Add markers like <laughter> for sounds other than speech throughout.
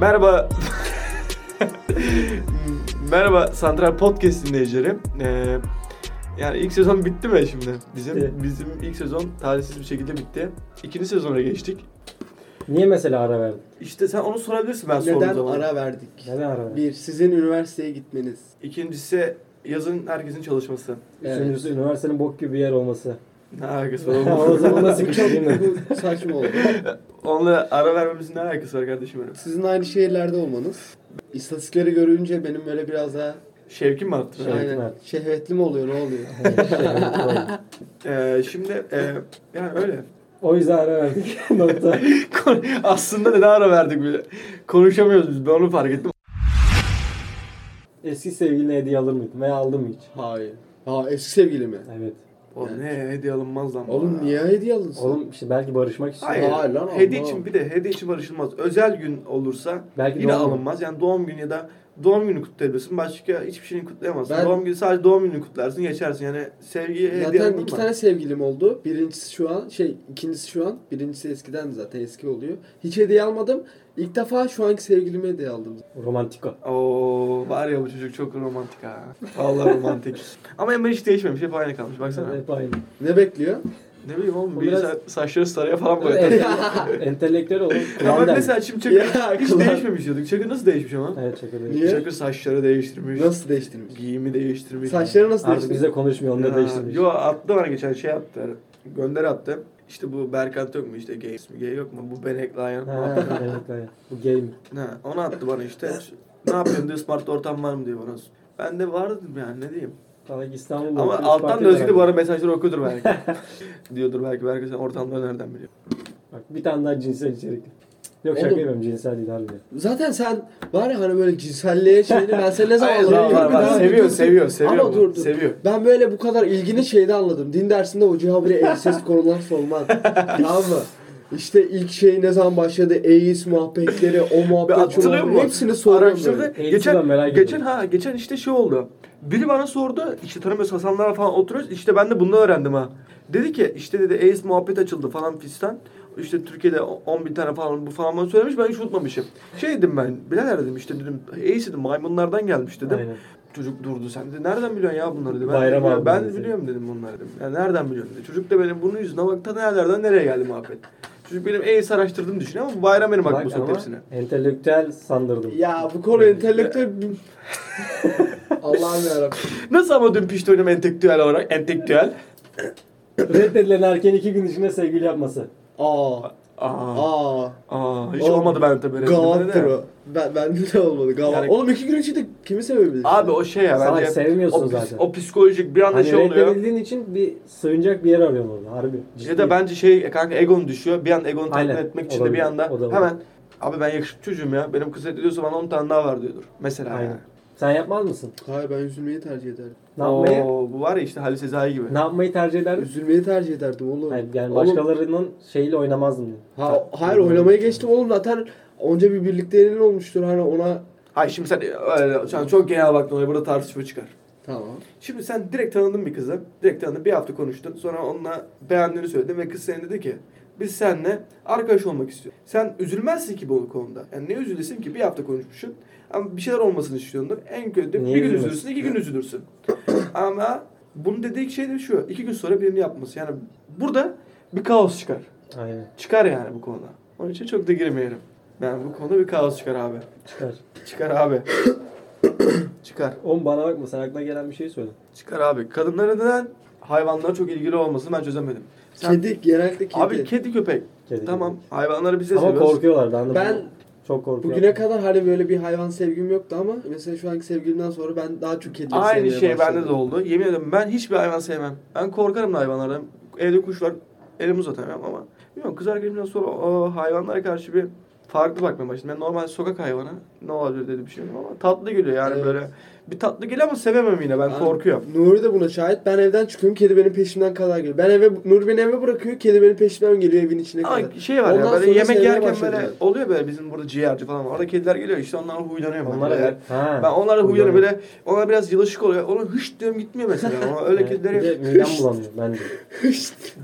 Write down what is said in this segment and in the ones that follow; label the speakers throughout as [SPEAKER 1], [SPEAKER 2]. [SPEAKER 1] Merhaba. <laughs> Merhaba Santral Podcast dinleyicileri. Ee, yani ilk sezon bitti mi şimdi? Bizim
[SPEAKER 2] Bitti.
[SPEAKER 1] bizim ilk sezon talihsiz bir şekilde bitti. İkinci sezona geçtik.
[SPEAKER 2] Niye mesela ara verdin?
[SPEAKER 1] İşte sen onu sorabilirsin ben sorduğum
[SPEAKER 3] Neden
[SPEAKER 1] zaman.
[SPEAKER 3] ara verdik?
[SPEAKER 2] Neden ara verdin?
[SPEAKER 3] Bir, sizin üniversiteye gitmeniz.
[SPEAKER 1] İkincisi yazın herkesin çalışması.
[SPEAKER 3] Evet.
[SPEAKER 2] Üçüncüsü üniversitenin bok gibi bir yer olması.
[SPEAKER 1] <laughs> Ne
[SPEAKER 2] <laughs>
[SPEAKER 1] alakası
[SPEAKER 2] o
[SPEAKER 1] var?
[SPEAKER 2] zaman nasıl
[SPEAKER 3] <laughs> Bu şey? çok
[SPEAKER 2] değil mi?
[SPEAKER 3] <laughs> bu saçma oldu.
[SPEAKER 1] Onunla ara vermemizin ne alakası var kardeşim benim?
[SPEAKER 3] Sizin aynı şehirlerde olmanız. İstatistikleri görünce benim böyle biraz daha
[SPEAKER 1] Şevkim mi arttı?
[SPEAKER 2] Şevkim
[SPEAKER 3] aynen,
[SPEAKER 2] artık.
[SPEAKER 3] şehvetli mi oluyor ne oluyor?
[SPEAKER 1] Ee, şimdi e, yani öyle. <laughs>
[SPEAKER 2] o yüzden ara verdik. <laughs> Nokta.
[SPEAKER 1] Kon- Aslında neden ara verdik bile? Konuşamıyoruz biz. Ben onu fark ettim.
[SPEAKER 2] Eski sevgiline hediye alır mıydın? Veya aldın mı hiç?
[SPEAKER 3] Hayır. Ha eski sevgili mi?
[SPEAKER 2] Evet.
[SPEAKER 1] Oğlum ne hediye alınmaz lan. bana.
[SPEAKER 3] Oğlum niye hediye alınsın?
[SPEAKER 2] Oğlum işte belki barışmak için.
[SPEAKER 1] Hayır.
[SPEAKER 3] Hayır lan,
[SPEAKER 1] hediye
[SPEAKER 3] alınmaz.
[SPEAKER 1] için bir de hediye için barışılmaz. Özel gün olursa
[SPEAKER 2] Belki
[SPEAKER 1] yine
[SPEAKER 2] doğum günü.
[SPEAKER 1] alınmaz. Yani doğum günü ya da doğum günü kutlayabilirsin. Başka hiçbir şeyini kutlayamazsın.
[SPEAKER 3] Ben-
[SPEAKER 1] Doğum günü sadece doğum gününü kutlarsın geçersin. Yani sevgiye hediye
[SPEAKER 3] Zaten
[SPEAKER 1] alınmaz.
[SPEAKER 3] iki tane sevgilim oldu. Birincisi şu an şey ikincisi şu an. Birincisi eskiden zaten eski oluyor. Hiç hediye almadım. İlk defa şu anki sevgilime hediye aldım.
[SPEAKER 2] Romantik o.
[SPEAKER 1] Oo var ya bu çocuk çok romantik ha. Vallahi
[SPEAKER 3] <laughs>
[SPEAKER 1] romantik. Ama Emre hiç değişmemiş. Hep aynı kalmış. Baksana.
[SPEAKER 2] Hep aynı.
[SPEAKER 3] Ne bekliyor?
[SPEAKER 1] Ne bileyim oğlum.
[SPEAKER 2] O
[SPEAKER 1] Bir
[SPEAKER 2] biraz-
[SPEAKER 1] sa- saçları sarıya falan
[SPEAKER 3] <laughs>
[SPEAKER 1] boyadı.
[SPEAKER 2] Entele- <laughs> Entelektüel oğlum.
[SPEAKER 1] Ama
[SPEAKER 2] Kur'an derdi.
[SPEAKER 1] mesela şimdi Çakır
[SPEAKER 3] Ya,
[SPEAKER 1] hiç
[SPEAKER 3] kulağın-
[SPEAKER 1] değişmemiş diyorduk. Çakır nasıl değişmiş ama?
[SPEAKER 2] Evet şaka değil.
[SPEAKER 3] Niye?
[SPEAKER 1] Çakır saçları değiştirmiş.
[SPEAKER 3] Nasıl değiştirmiş?
[SPEAKER 1] Giyimi değiştirmiş.
[SPEAKER 3] Saçları nasıl
[SPEAKER 2] Artık
[SPEAKER 3] değiştirmiş?
[SPEAKER 2] bize konuşmuyor. Onları
[SPEAKER 1] Ya,
[SPEAKER 2] değiştirmiş.
[SPEAKER 1] Yo attı bana geçen şey attı. Gönder attı. İşte bu Berkant yok mu işte gay ismi gay yok mu? Bu Benek Lion
[SPEAKER 2] Ha,
[SPEAKER 1] muhabbeti.
[SPEAKER 2] evet, evet. Bu gay mi?
[SPEAKER 1] Ha, onu attı bana işte. Ne yapıyorsun diyor smart ortam var mı diyor bana. Ben de var dedim yani ne diyeyim.
[SPEAKER 2] Salak İstanbul'da.
[SPEAKER 1] Ama alttan
[SPEAKER 2] oturuyor, Isparta'ya
[SPEAKER 1] da Özgü de bu
[SPEAKER 2] beraber.
[SPEAKER 1] ara mesajları okuyordur belki. <laughs> Diyordur belki belki sen ortamları nereden biliyorsun?
[SPEAKER 2] Bak bir tane daha cinsel içerikli. Yok şaka
[SPEAKER 3] Oğlum.
[SPEAKER 2] yapıyorum cinsel değil harbiden.
[SPEAKER 3] Zaten sen var ya hani böyle cinselliğe şeyini ben seni ne zaman
[SPEAKER 1] var, var,
[SPEAKER 3] anladım?
[SPEAKER 1] var. Seviyor, seviyor, seviyor.
[SPEAKER 3] Ama dur dur.
[SPEAKER 1] Seviyor.
[SPEAKER 3] Ben böyle bu kadar ilgini şeyde anladım. Din dersinde
[SPEAKER 1] <laughs>
[SPEAKER 3] hoca habire elsiz konular sormaz. tamam mı? İşte ilk şey ne zaman başladı? Eis muhabbetleri, o
[SPEAKER 1] Ve
[SPEAKER 3] muhabbet, şu
[SPEAKER 1] hatırlıyor
[SPEAKER 3] muhabbet.
[SPEAKER 1] musun?
[SPEAKER 3] Hepsini soruyorum
[SPEAKER 1] Araştırdı.
[SPEAKER 3] böyle.
[SPEAKER 2] böyle.
[SPEAKER 1] Geçen,
[SPEAKER 2] Elbiseden merak
[SPEAKER 1] geçen
[SPEAKER 2] ediyorum.
[SPEAKER 1] ha geçen işte şey oldu. Biri bana sordu. işte tanımıyoruz Hasanlarla falan oturuyoruz. İşte ben de bunu öğrendim ha. Dedi ki işte dedi AIDS muhabbet açıldı falan fistan. İşte Türkiye'de 10 bin tane falan bu falan bana söylemiş ben hiç unutmamışım. Şey dedim ben birader dedim işte dedim AIDS dedim maymunlardan gelmiş dedim.
[SPEAKER 2] Aynen.
[SPEAKER 1] Çocuk durdu sen dedi nereden biliyorsun ya bunları dedi. Ben,
[SPEAKER 2] Bayram
[SPEAKER 1] ben,
[SPEAKER 2] abi
[SPEAKER 1] ben
[SPEAKER 2] dedi.
[SPEAKER 1] biliyorum dedim bunları dedim. Ya nereden biliyorum dedi. Çocuk da benim bunun yüzüne bak ta nerelerden nereye geldi muhabbet. Çocuk benim AIDS araştırdığımı düşünüyor ama bu bayram benim aklıma
[SPEAKER 2] Bak
[SPEAKER 1] soktu
[SPEAKER 2] ama
[SPEAKER 1] hepsini.
[SPEAKER 2] Entelektüel sandırdım.
[SPEAKER 3] Ya bu konu entelektüel...
[SPEAKER 1] <laughs>
[SPEAKER 3] Allah'ım yarabbim.
[SPEAKER 1] Nasıl ama dün pişti oynama entelektüel olarak? Entelektüel.
[SPEAKER 2] Reddedilen erkeğin iki gün içinde sevgili yapması.
[SPEAKER 3] Aa.
[SPEAKER 1] Aa,
[SPEAKER 3] Aa.
[SPEAKER 1] aa, hiç
[SPEAKER 3] Oğlum,
[SPEAKER 1] olmadı ben tabii.
[SPEAKER 3] Gavattır o. Ben, bende de olmadı. Gavat.
[SPEAKER 1] Yani-
[SPEAKER 3] Oğlum iki gün içinde kimi sevebilirsin?
[SPEAKER 1] Abi o şey ya
[SPEAKER 2] Salak
[SPEAKER 1] bence.
[SPEAKER 2] sevmiyorsun
[SPEAKER 1] o, pis-
[SPEAKER 2] zaten.
[SPEAKER 1] o psikolojik bir anda
[SPEAKER 2] Hani
[SPEAKER 1] şey oluyor.
[SPEAKER 2] reddedebildiğin için bir sığınacak bir yer arıyorsun orada harbi.
[SPEAKER 1] Ya da bence şey kanka egon düşüyor. Bir an egonu tatmin
[SPEAKER 2] Aynen,
[SPEAKER 1] etmek için de bir
[SPEAKER 2] olabilir,
[SPEAKER 1] anda
[SPEAKER 2] o da var.
[SPEAKER 1] hemen abi ben yakışıklı çocuğum ya. Benim kız ediyorsa bana 10 tane daha var diyordur. Mesela
[SPEAKER 2] Aynen. Sen yapmaz mısın?
[SPEAKER 3] Hayır ben üzülmeyi tercih ederdim.
[SPEAKER 2] Ne
[SPEAKER 1] yani.
[SPEAKER 2] yapmayı?
[SPEAKER 1] Oo, bu var ya işte Halis Sezai gibi.
[SPEAKER 2] Ne yapmayı tercih ederdin?
[SPEAKER 3] Üzülmeyi tercih ederdim oğlum.
[SPEAKER 2] Hayır, yani
[SPEAKER 3] Oğlum-
[SPEAKER 2] başkalarının şeyiyle oynamazdım. diyor.
[SPEAKER 3] Ha, hayır oynamaya geçtim oğlum zaten onca bir birliklerin olmuştur hani ona
[SPEAKER 1] Ay şimdi sen, öyle, sen çok genel baktın oraya burada tartışma çıkar.
[SPEAKER 3] tamam.
[SPEAKER 1] Şimdi sen direkt tanıdın bir kızı. Direkt tanıdın. Bir hafta konuştun. Sonra onunla beğendiğini söyledin ve kız sana dedi ki biz seninle arkadaş olmak istiyoruz. Sen üzülmezsin ki bu konuda. Yani ne üzülesin ki? Bir hafta konuşmuşsun. Ama bir şeyler olmasını istiyordur. En kötü
[SPEAKER 2] Niye
[SPEAKER 1] bir gün
[SPEAKER 2] üzülmesin?
[SPEAKER 1] üzülürsün, iki gün üzülürsün. Ama bunun dediği şey de şu. iki gün sonra birini yapması. Yani burada bir kaos çıkar.
[SPEAKER 2] Aynen
[SPEAKER 1] Çıkar yani bu konuda. Onun için çok da girmeyelim. Yani bu konuda bir kaos çıkar abi.
[SPEAKER 2] çıkar.
[SPEAKER 1] Çıkar abi. çıkar.
[SPEAKER 2] Oğlum bana bakma sen aklına gelen bir şey söyle.
[SPEAKER 1] Çıkar abi. Kadınların neden hayvanlara çok ilgili olmasını ben çözemedim. Sen-
[SPEAKER 3] Kedi genellikle kedi.
[SPEAKER 1] Abi kedi köpek.
[SPEAKER 2] Kedi
[SPEAKER 1] tamam.
[SPEAKER 2] köpek.
[SPEAKER 1] Hayvanları biz de
[SPEAKER 2] Ama
[SPEAKER 1] seviyoruz.
[SPEAKER 2] korkuyorlar ben de.
[SPEAKER 3] Ben
[SPEAKER 2] çok korkuyorum.
[SPEAKER 3] bugüne kadar hani böyle bir hayvan sevgim yoktu ama mesela şu anki sevgilimden sonra ben daha çok kedileri
[SPEAKER 1] Aynı
[SPEAKER 3] sevmeye
[SPEAKER 1] şey bende de
[SPEAKER 3] başladım.
[SPEAKER 1] oldu. Yemin ederim ben hiçbir hayvan sevmem. Ben korkarım da hayvanlardan. Evde kuş var. Elimi uzatamam ama. Bilmiyorum kız arkadaşımdan sonra o hayvanlara karşı bir farklı bakmaya başladım. Ben normal sokak hayvanı ne olabilir dedi bir şey ama tatlı geliyor yani
[SPEAKER 3] Evet.
[SPEAKER 1] böyle. Bir tatlı geliyor ama sevemem yine ben
[SPEAKER 3] Ben-
[SPEAKER 1] korkuyorum.
[SPEAKER 3] Nuri de buna şahit. Ben evden çıkıyorum kedi benim peşimden kadar geliyor. Ben eve Nuri beni eve bırakıyor kedi benim peşimden geliyor evin içine <laughs> kadar.
[SPEAKER 1] Ama şey var
[SPEAKER 3] Ondan
[SPEAKER 1] ya böyle
[SPEAKER 3] sonra
[SPEAKER 1] yemek
[SPEAKER 3] sevmeye
[SPEAKER 1] yerken
[SPEAKER 3] başladım
[SPEAKER 1] böyle
[SPEAKER 3] ben.
[SPEAKER 1] oluyor böyle bizim burada ciğerci falan var. Orada kediler geliyor işte onlar huylanıyor. ben
[SPEAKER 2] Onlara
[SPEAKER 1] böyle.
[SPEAKER 2] ha.
[SPEAKER 1] Ben onlara huyları
[SPEAKER 2] Huylanıyor.
[SPEAKER 1] böyle, ona biraz yılışık oluyor. Ona hış diyorum gitmiyor mesela. Ona öyle
[SPEAKER 2] <laughs> Evet, Bir de
[SPEAKER 1] kedilere
[SPEAKER 2] midem bulanıyor bence.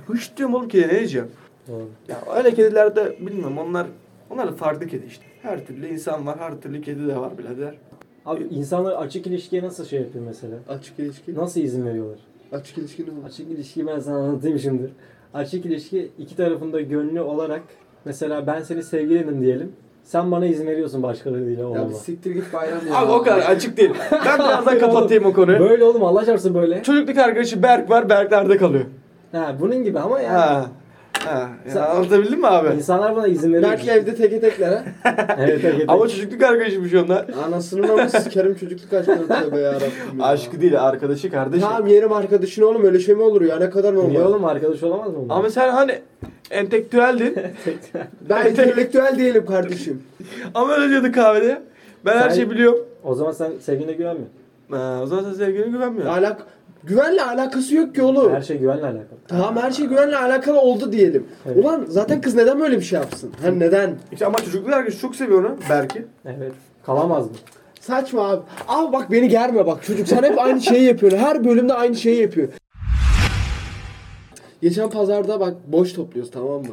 [SPEAKER 1] hış diyorum oğlum kedi ne diyeceğim.
[SPEAKER 2] Doğru.
[SPEAKER 1] Ya öyle kedilerde bilmiyorum onlar onlar da farklı kedi işte. Her türlü insan var, her türlü kedi de var birader.
[SPEAKER 2] Abi insanlar açık ilişkiye nasıl şey yapıyor mesela?
[SPEAKER 3] Açık ilişki.
[SPEAKER 2] Nasıl izin veriyorlar?
[SPEAKER 3] Açık ilişki ne olur?
[SPEAKER 2] Açık ilişkiyi ben sana anlatayım şimdi. Açık ilişki iki tarafında gönlü olarak mesela ben seni sevgilinim diyelim. Sen bana izin veriyorsun başkalarıyla
[SPEAKER 3] Ya bir
[SPEAKER 2] olma.
[SPEAKER 3] siktir git bayram ya.
[SPEAKER 1] Abi o kadar açık değil. Ben <laughs> birazdan kapatayım o konuyu.
[SPEAKER 2] Böyle oğlum Allah çarpsın böyle.
[SPEAKER 1] Çocukluk arkadaşı Berk var, Berk nerede kalıyor?
[SPEAKER 2] Ha, bunun gibi ama yani.
[SPEAKER 1] Ha. Ha. Ya
[SPEAKER 2] Sen-
[SPEAKER 1] anlatabildim mi abi?
[SPEAKER 2] İnsanlar buna izin veriyor.
[SPEAKER 3] Belki evde teke tekler ha.
[SPEAKER 2] evet, evet,
[SPEAKER 1] Ama çocukluk arkadaşıymış onlar.
[SPEAKER 3] Anasını mı sikerim çocukluk aşkını tövbe yarabbim ya.
[SPEAKER 1] Aşkı değil, arkadaşı
[SPEAKER 2] şey-
[SPEAKER 1] kardeşi.
[SPEAKER 3] Tamam yerim arkadaşın oğlum öyle şey mi olur ya ne kadar
[SPEAKER 2] Niye
[SPEAKER 3] normal.
[SPEAKER 2] oğlum arkadaş olamaz mı? bunlar?
[SPEAKER 1] Ama sen hani entelektüeldin.
[SPEAKER 2] <laughs>
[SPEAKER 3] Ben entelektüel değilim kardeşim.
[SPEAKER 1] Ama öyle diyorduk kahvede. Ben her
[SPEAKER 2] Sen-
[SPEAKER 1] şeyi biliyorum.
[SPEAKER 2] o zaman sen sevgiline güvenme.
[SPEAKER 1] Ha, Ee, o zaman sen sevgiline güvenmiyorsun.
[SPEAKER 3] Alak güvenle alakası yok ki oğlum.
[SPEAKER 2] Her şey güvenle alakalı.
[SPEAKER 3] Tamam her şey güvenle alakalı oldu diyelim.
[SPEAKER 2] Evet.
[SPEAKER 3] Ulan zaten kız neden böyle bir şey yapsın? Hani neden?
[SPEAKER 1] İşte ama çocukluk arkadaşı çok seviyor onu Berk'i.
[SPEAKER 2] Evet. Kalamaz mı?
[SPEAKER 3] Saçma abi. Abi bak beni germe bak çocuk sen hep aynı şeyi yapıyorsun. Her bölümde aynı şeyi yapıyor. Geçen pazarda bak boş topluyoruz tamam mı?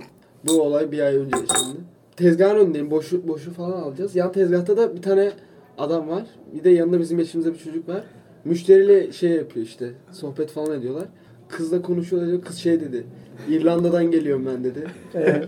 [SPEAKER 3] Bu olay bir ay önce şimdi. Tezgahın önündeyim. Boşu, boşu falan alacağız. Yan tezgahta da bir tane adam var. Bir de yanında bizim yaşımızda bir çocuk var. Müşteriyle şey yapıyor işte. Sohbet falan ediyorlar. Kızla konuşuyorlar diyor. Kız şey dedi. İrlanda'dan geliyorum ben dedi.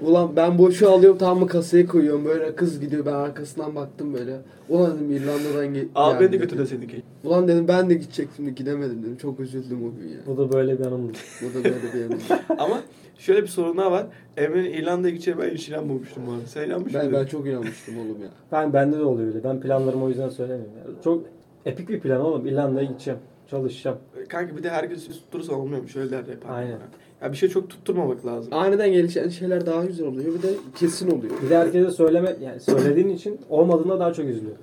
[SPEAKER 3] Ulan ben boşu alıyorum tamam mı kasaya koyuyorum. Böyle kız gidiyor ben arkasından baktım böyle. Ulan dedim İrlanda'dan ge-
[SPEAKER 1] Abi beni de
[SPEAKER 3] geldi
[SPEAKER 1] götür
[SPEAKER 3] dedi.
[SPEAKER 1] de seni.
[SPEAKER 3] Ulan dedim ben de gidecektim gidemedim dedim. Çok üzüldüm o gün ya.
[SPEAKER 2] Bu da böyle bir anımdır.
[SPEAKER 3] Bu da böyle bir yanım.
[SPEAKER 1] Ama şöyle bir sorun daha var. Emre'nin İrlanda'ya gideceği ben hiç inanmamıştım bu arada. Sen inanmış
[SPEAKER 3] Ben,
[SPEAKER 1] mıydın?
[SPEAKER 3] ben çok inanmıştım oğlum ya.
[SPEAKER 2] Ben bende de oluyor öyle. Ben planlarımı o yüzden söylemiyorum. Yani çok epik bir plan oğlum. İrlanda'ya gideceğim. Çalışacağım.
[SPEAKER 1] Kanka bir de herkes tutturursa olmuyormuş. Öyle derler hep.
[SPEAKER 2] Aynen.
[SPEAKER 1] Ya bir şey çok tutturmamak lazım.
[SPEAKER 3] <laughs> Aniden gelişen şeyler daha güzel oluyor. Bir de kesin oluyor.
[SPEAKER 2] Bir de herkese söyleme yani söylediğin için olmadığında daha çok üzülüyor.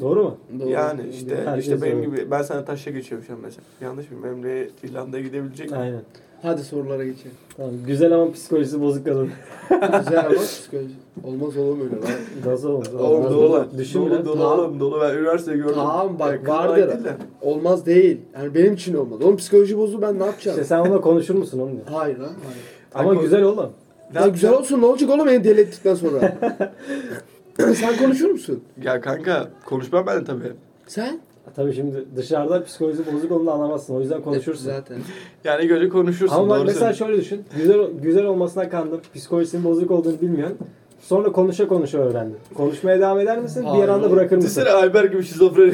[SPEAKER 2] Doğru mu?
[SPEAKER 3] Doğru.
[SPEAKER 1] Yani işte
[SPEAKER 2] Herkes
[SPEAKER 1] işte benim
[SPEAKER 2] öyle.
[SPEAKER 1] gibi ben sana taşla geçiyorum şu an mesela. Yanlış mıyım? Emre İrlanda'ya gidebilecek mi?
[SPEAKER 2] Aynen.
[SPEAKER 3] Hadi sorulara geçelim.
[SPEAKER 2] Tamam. Güzel ama psikolojisi bozuk kadın.
[SPEAKER 3] Güzel ama psikoloji. Olmaz oğlum öyle lan.
[SPEAKER 2] Nasıl olmaz?
[SPEAKER 1] Oğlum dolu lan.
[SPEAKER 2] Düşün
[SPEAKER 1] dolu
[SPEAKER 2] bile.
[SPEAKER 1] dolu
[SPEAKER 3] Tamam.
[SPEAKER 1] oğlum dolu. Ben üniversiteyi gördüm.
[SPEAKER 3] Tamam bak,
[SPEAKER 1] Yakın
[SPEAKER 3] vardır.
[SPEAKER 1] olarak değil de.
[SPEAKER 3] Olmaz değil. Yani benim için olmaz. Oğlum psikoloji bozdu ben ne yapacağım?
[SPEAKER 2] İşte sen onunla konuşur musun onu diyor.
[SPEAKER 3] Hayır lan. Hayır.
[SPEAKER 2] Ama
[SPEAKER 1] Alkol-
[SPEAKER 2] güzel oğlum.
[SPEAKER 1] Ne
[SPEAKER 3] Ya
[SPEAKER 1] yapacağım?
[SPEAKER 3] güzel olsun ne olacak oğlum beni deli ettikten <laughs> sonra. <clears throat> Sen konuşur musun?
[SPEAKER 1] Ya kanka konuşmam ben de tabii.
[SPEAKER 3] Sen?
[SPEAKER 2] Tabii şimdi dışarıda psikolojisi bozuk onu da anlamazsın. O yüzden konuşursun.
[SPEAKER 3] Zaten.
[SPEAKER 1] Yani göre konuşursun.
[SPEAKER 2] Ama bak
[SPEAKER 1] doğru
[SPEAKER 2] mesela
[SPEAKER 1] söylüyorsun.
[SPEAKER 2] şöyle düşün. Güzel güzel olmasına kandın. Psikolojisinin bozuk olduğunu bilmiyorsun. Sonra konuşa konuşa öğrendin. Konuşmaya devam eder misin?
[SPEAKER 3] Hayır.
[SPEAKER 2] Bir anda bırakır mısın?
[SPEAKER 1] Düşünsene Alper gibi şizofreni.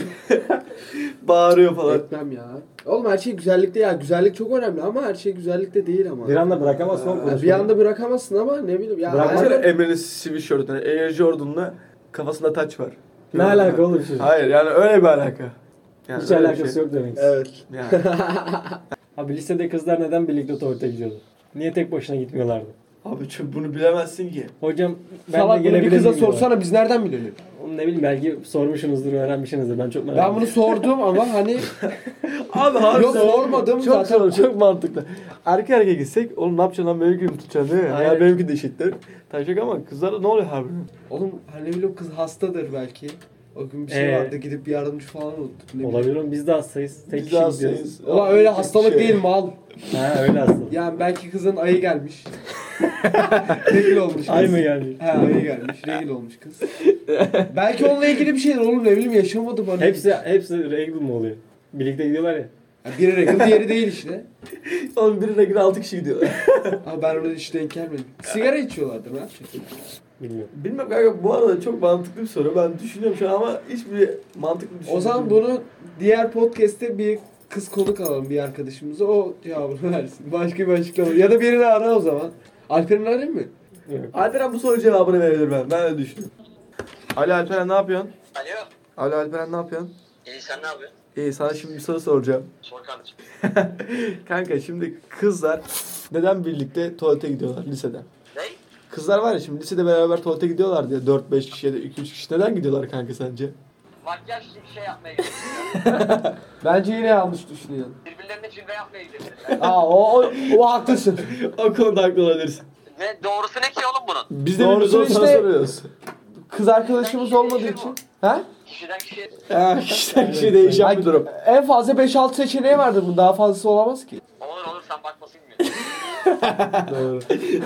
[SPEAKER 1] <laughs> Bağırıyor
[SPEAKER 2] E,
[SPEAKER 1] falan.
[SPEAKER 3] Etmem ya. Oğlum her şey güzellikte ya. Güzellik çok önemli ama her şey güzellikte değil ama.
[SPEAKER 2] Bir anda bırakamazsın oğlum
[SPEAKER 3] Ha,
[SPEAKER 2] konuşmayı.
[SPEAKER 3] Ee, bir anda bırakamazsın ama ne bileyim ya. şey-
[SPEAKER 2] Bırakmak-
[SPEAKER 1] Düşünsene
[SPEAKER 3] Aynen.
[SPEAKER 1] Emre'nin sivil şortuna. Air Jordan'la kafasında taç var.
[SPEAKER 2] Ne alaka oğlum şimdi?
[SPEAKER 1] Hayır yani öyle bir alaka. Yani
[SPEAKER 2] Hiç
[SPEAKER 1] öyle bir
[SPEAKER 2] alakası
[SPEAKER 1] şey.
[SPEAKER 2] yok demek. ki.
[SPEAKER 3] Evet.
[SPEAKER 2] <laughs>
[SPEAKER 1] Yani.
[SPEAKER 2] Abi lisede kızlar neden birlikte tuvalete gidiyordu? Niye tek başına gitmiyorlardı?
[SPEAKER 1] Abi çünkü bunu bilemezsin ki.
[SPEAKER 2] Hocam ben
[SPEAKER 3] Salak
[SPEAKER 2] de
[SPEAKER 3] bunu bir
[SPEAKER 2] gelebilir
[SPEAKER 3] kıza
[SPEAKER 2] miyim diyorlar.
[SPEAKER 3] sorsana biz nereden bilelim?
[SPEAKER 2] Onu ne bileyim belki sormuşsunuzdur, öğrenmişsinizdir. Ben çok merak
[SPEAKER 3] Ben
[SPEAKER 2] ediyorum.
[SPEAKER 3] bunu sordum ama hani
[SPEAKER 1] Abi harbi
[SPEAKER 3] Yok, sormadım
[SPEAKER 1] çok
[SPEAKER 3] zaten.
[SPEAKER 1] sormadım, çok mantıklı. Erkek erkeğe gitsek oğlum ne yapacaksın lan benimki mi tutacaksın değil mi?
[SPEAKER 3] Aynen.
[SPEAKER 1] Ya benimki de eşittir. Taşak ama kızlara ne oluyor abi?
[SPEAKER 3] Oğlum hani bileyim kız hastadır belki. O gün bir şey
[SPEAKER 2] Ee.
[SPEAKER 3] vardı gidip yardımcı falan unuttuk. Ne bileyim.
[SPEAKER 2] Olabilir oğlum biz de hastayız. Tek
[SPEAKER 1] Biz
[SPEAKER 2] kişi
[SPEAKER 1] daha
[SPEAKER 2] gidiyoruz.
[SPEAKER 1] şeyiz.
[SPEAKER 3] Ulan
[SPEAKER 1] Abi,
[SPEAKER 3] öyle
[SPEAKER 1] tek
[SPEAKER 3] hastalık
[SPEAKER 1] şey.
[SPEAKER 3] değil mal.
[SPEAKER 2] Ha öyle hastalık.
[SPEAKER 3] Yani belki kızın ayı gelmiş. regil olmuş kız.
[SPEAKER 2] Ay mı gelmiş?
[SPEAKER 3] He ayı gelmiş. Regil olmuş kız. belki onunla ilgili bir şeydir oğlum ne bileyim hani. yaşamadı bana.
[SPEAKER 2] Hepsi hepsi regl mi oluyor? Birlikte gidiyorlar ya.
[SPEAKER 3] Ya biri regil diğeri değil işte.
[SPEAKER 1] Oğlum birine göre altı kişi gidiyor.
[SPEAKER 3] Ama ben ona hiç denk gelmedim. Sigara içiyorlardı ne yapacak?
[SPEAKER 2] Bilmiyorum.
[SPEAKER 1] Bilmem kanka bu arada çok mantıklı bir soru. Ben düşünüyorum şu an ama hiçbir mantıklı şey düşünce.
[SPEAKER 3] O zaman bunu diğer podcast'te bir kız konuk alalım bir arkadaşımıza. O cevabını <laughs> versin. Başka bir açıklama. Ya da birini ara o zaman. Alper'in arayayım mı?
[SPEAKER 2] Yok.
[SPEAKER 1] Alperen bu soru cevabını verebilir ben. Ben öyle düşünüyorum. Ali Alperen ne yapıyorsun?
[SPEAKER 4] Alo.
[SPEAKER 1] Ali Alperen ne yapıyorsun?
[SPEAKER 4] İyi sen ne yapıyorsun?
[SPEAKER 1] İyi sana şimdi bir soru soracağım.
[SPEAKER 4] Sor kardeşim.
[SPEAKER 1] Kanka şimdi kızlar neden birlikte tuvalete gidiyorlar liseden?
[SPEAKER 4] Ne?
[SPEAKER 1] Kızlar var ya şimdi lisede beraber tuvalete gidiyorlar diye 4-5 kişi ya da 2-3 kişi neden gidiyorlar kanka sence?
[SPEAKER 4] Makyaj şey yapmaya gidiyor.
[SPEAKER 3] Bence yine yanlış düşünüyorsun.
[SPEAKER 4] Birbirlerine cilve yapmaya gidiyor.
[SPEAKER 3] Aa o, o, o haklısın.
[SPEAKER 1] o konuda haklı olabilirsin.
[SPEAKER 4] Ve doğrusu ne ki oğlum bunun?
[SPEAKER 1] Biz de
[SPEAKER 3] Doğrusu
[SPEAKER 1] bilmiyoruz onu sana
[SPEAKER 3] işte-
[SPEAKER 1] soruyoruz.
[SPEAKER 3] Kız arkadaşımız olmadığı için. Ha?
[SPEAKER 4] Kişiden kişiye
[SPEAKER 1] Ya kişiden kişiye değişen bir durum.
[SPEAKER 3] En fazla 5-6 seçeneği vardır bunun. Daha fazlası olamaz ki.
[SPEAKER 4] olur olur sen bakmasın mı?
[SPEAKER 2] Doğru.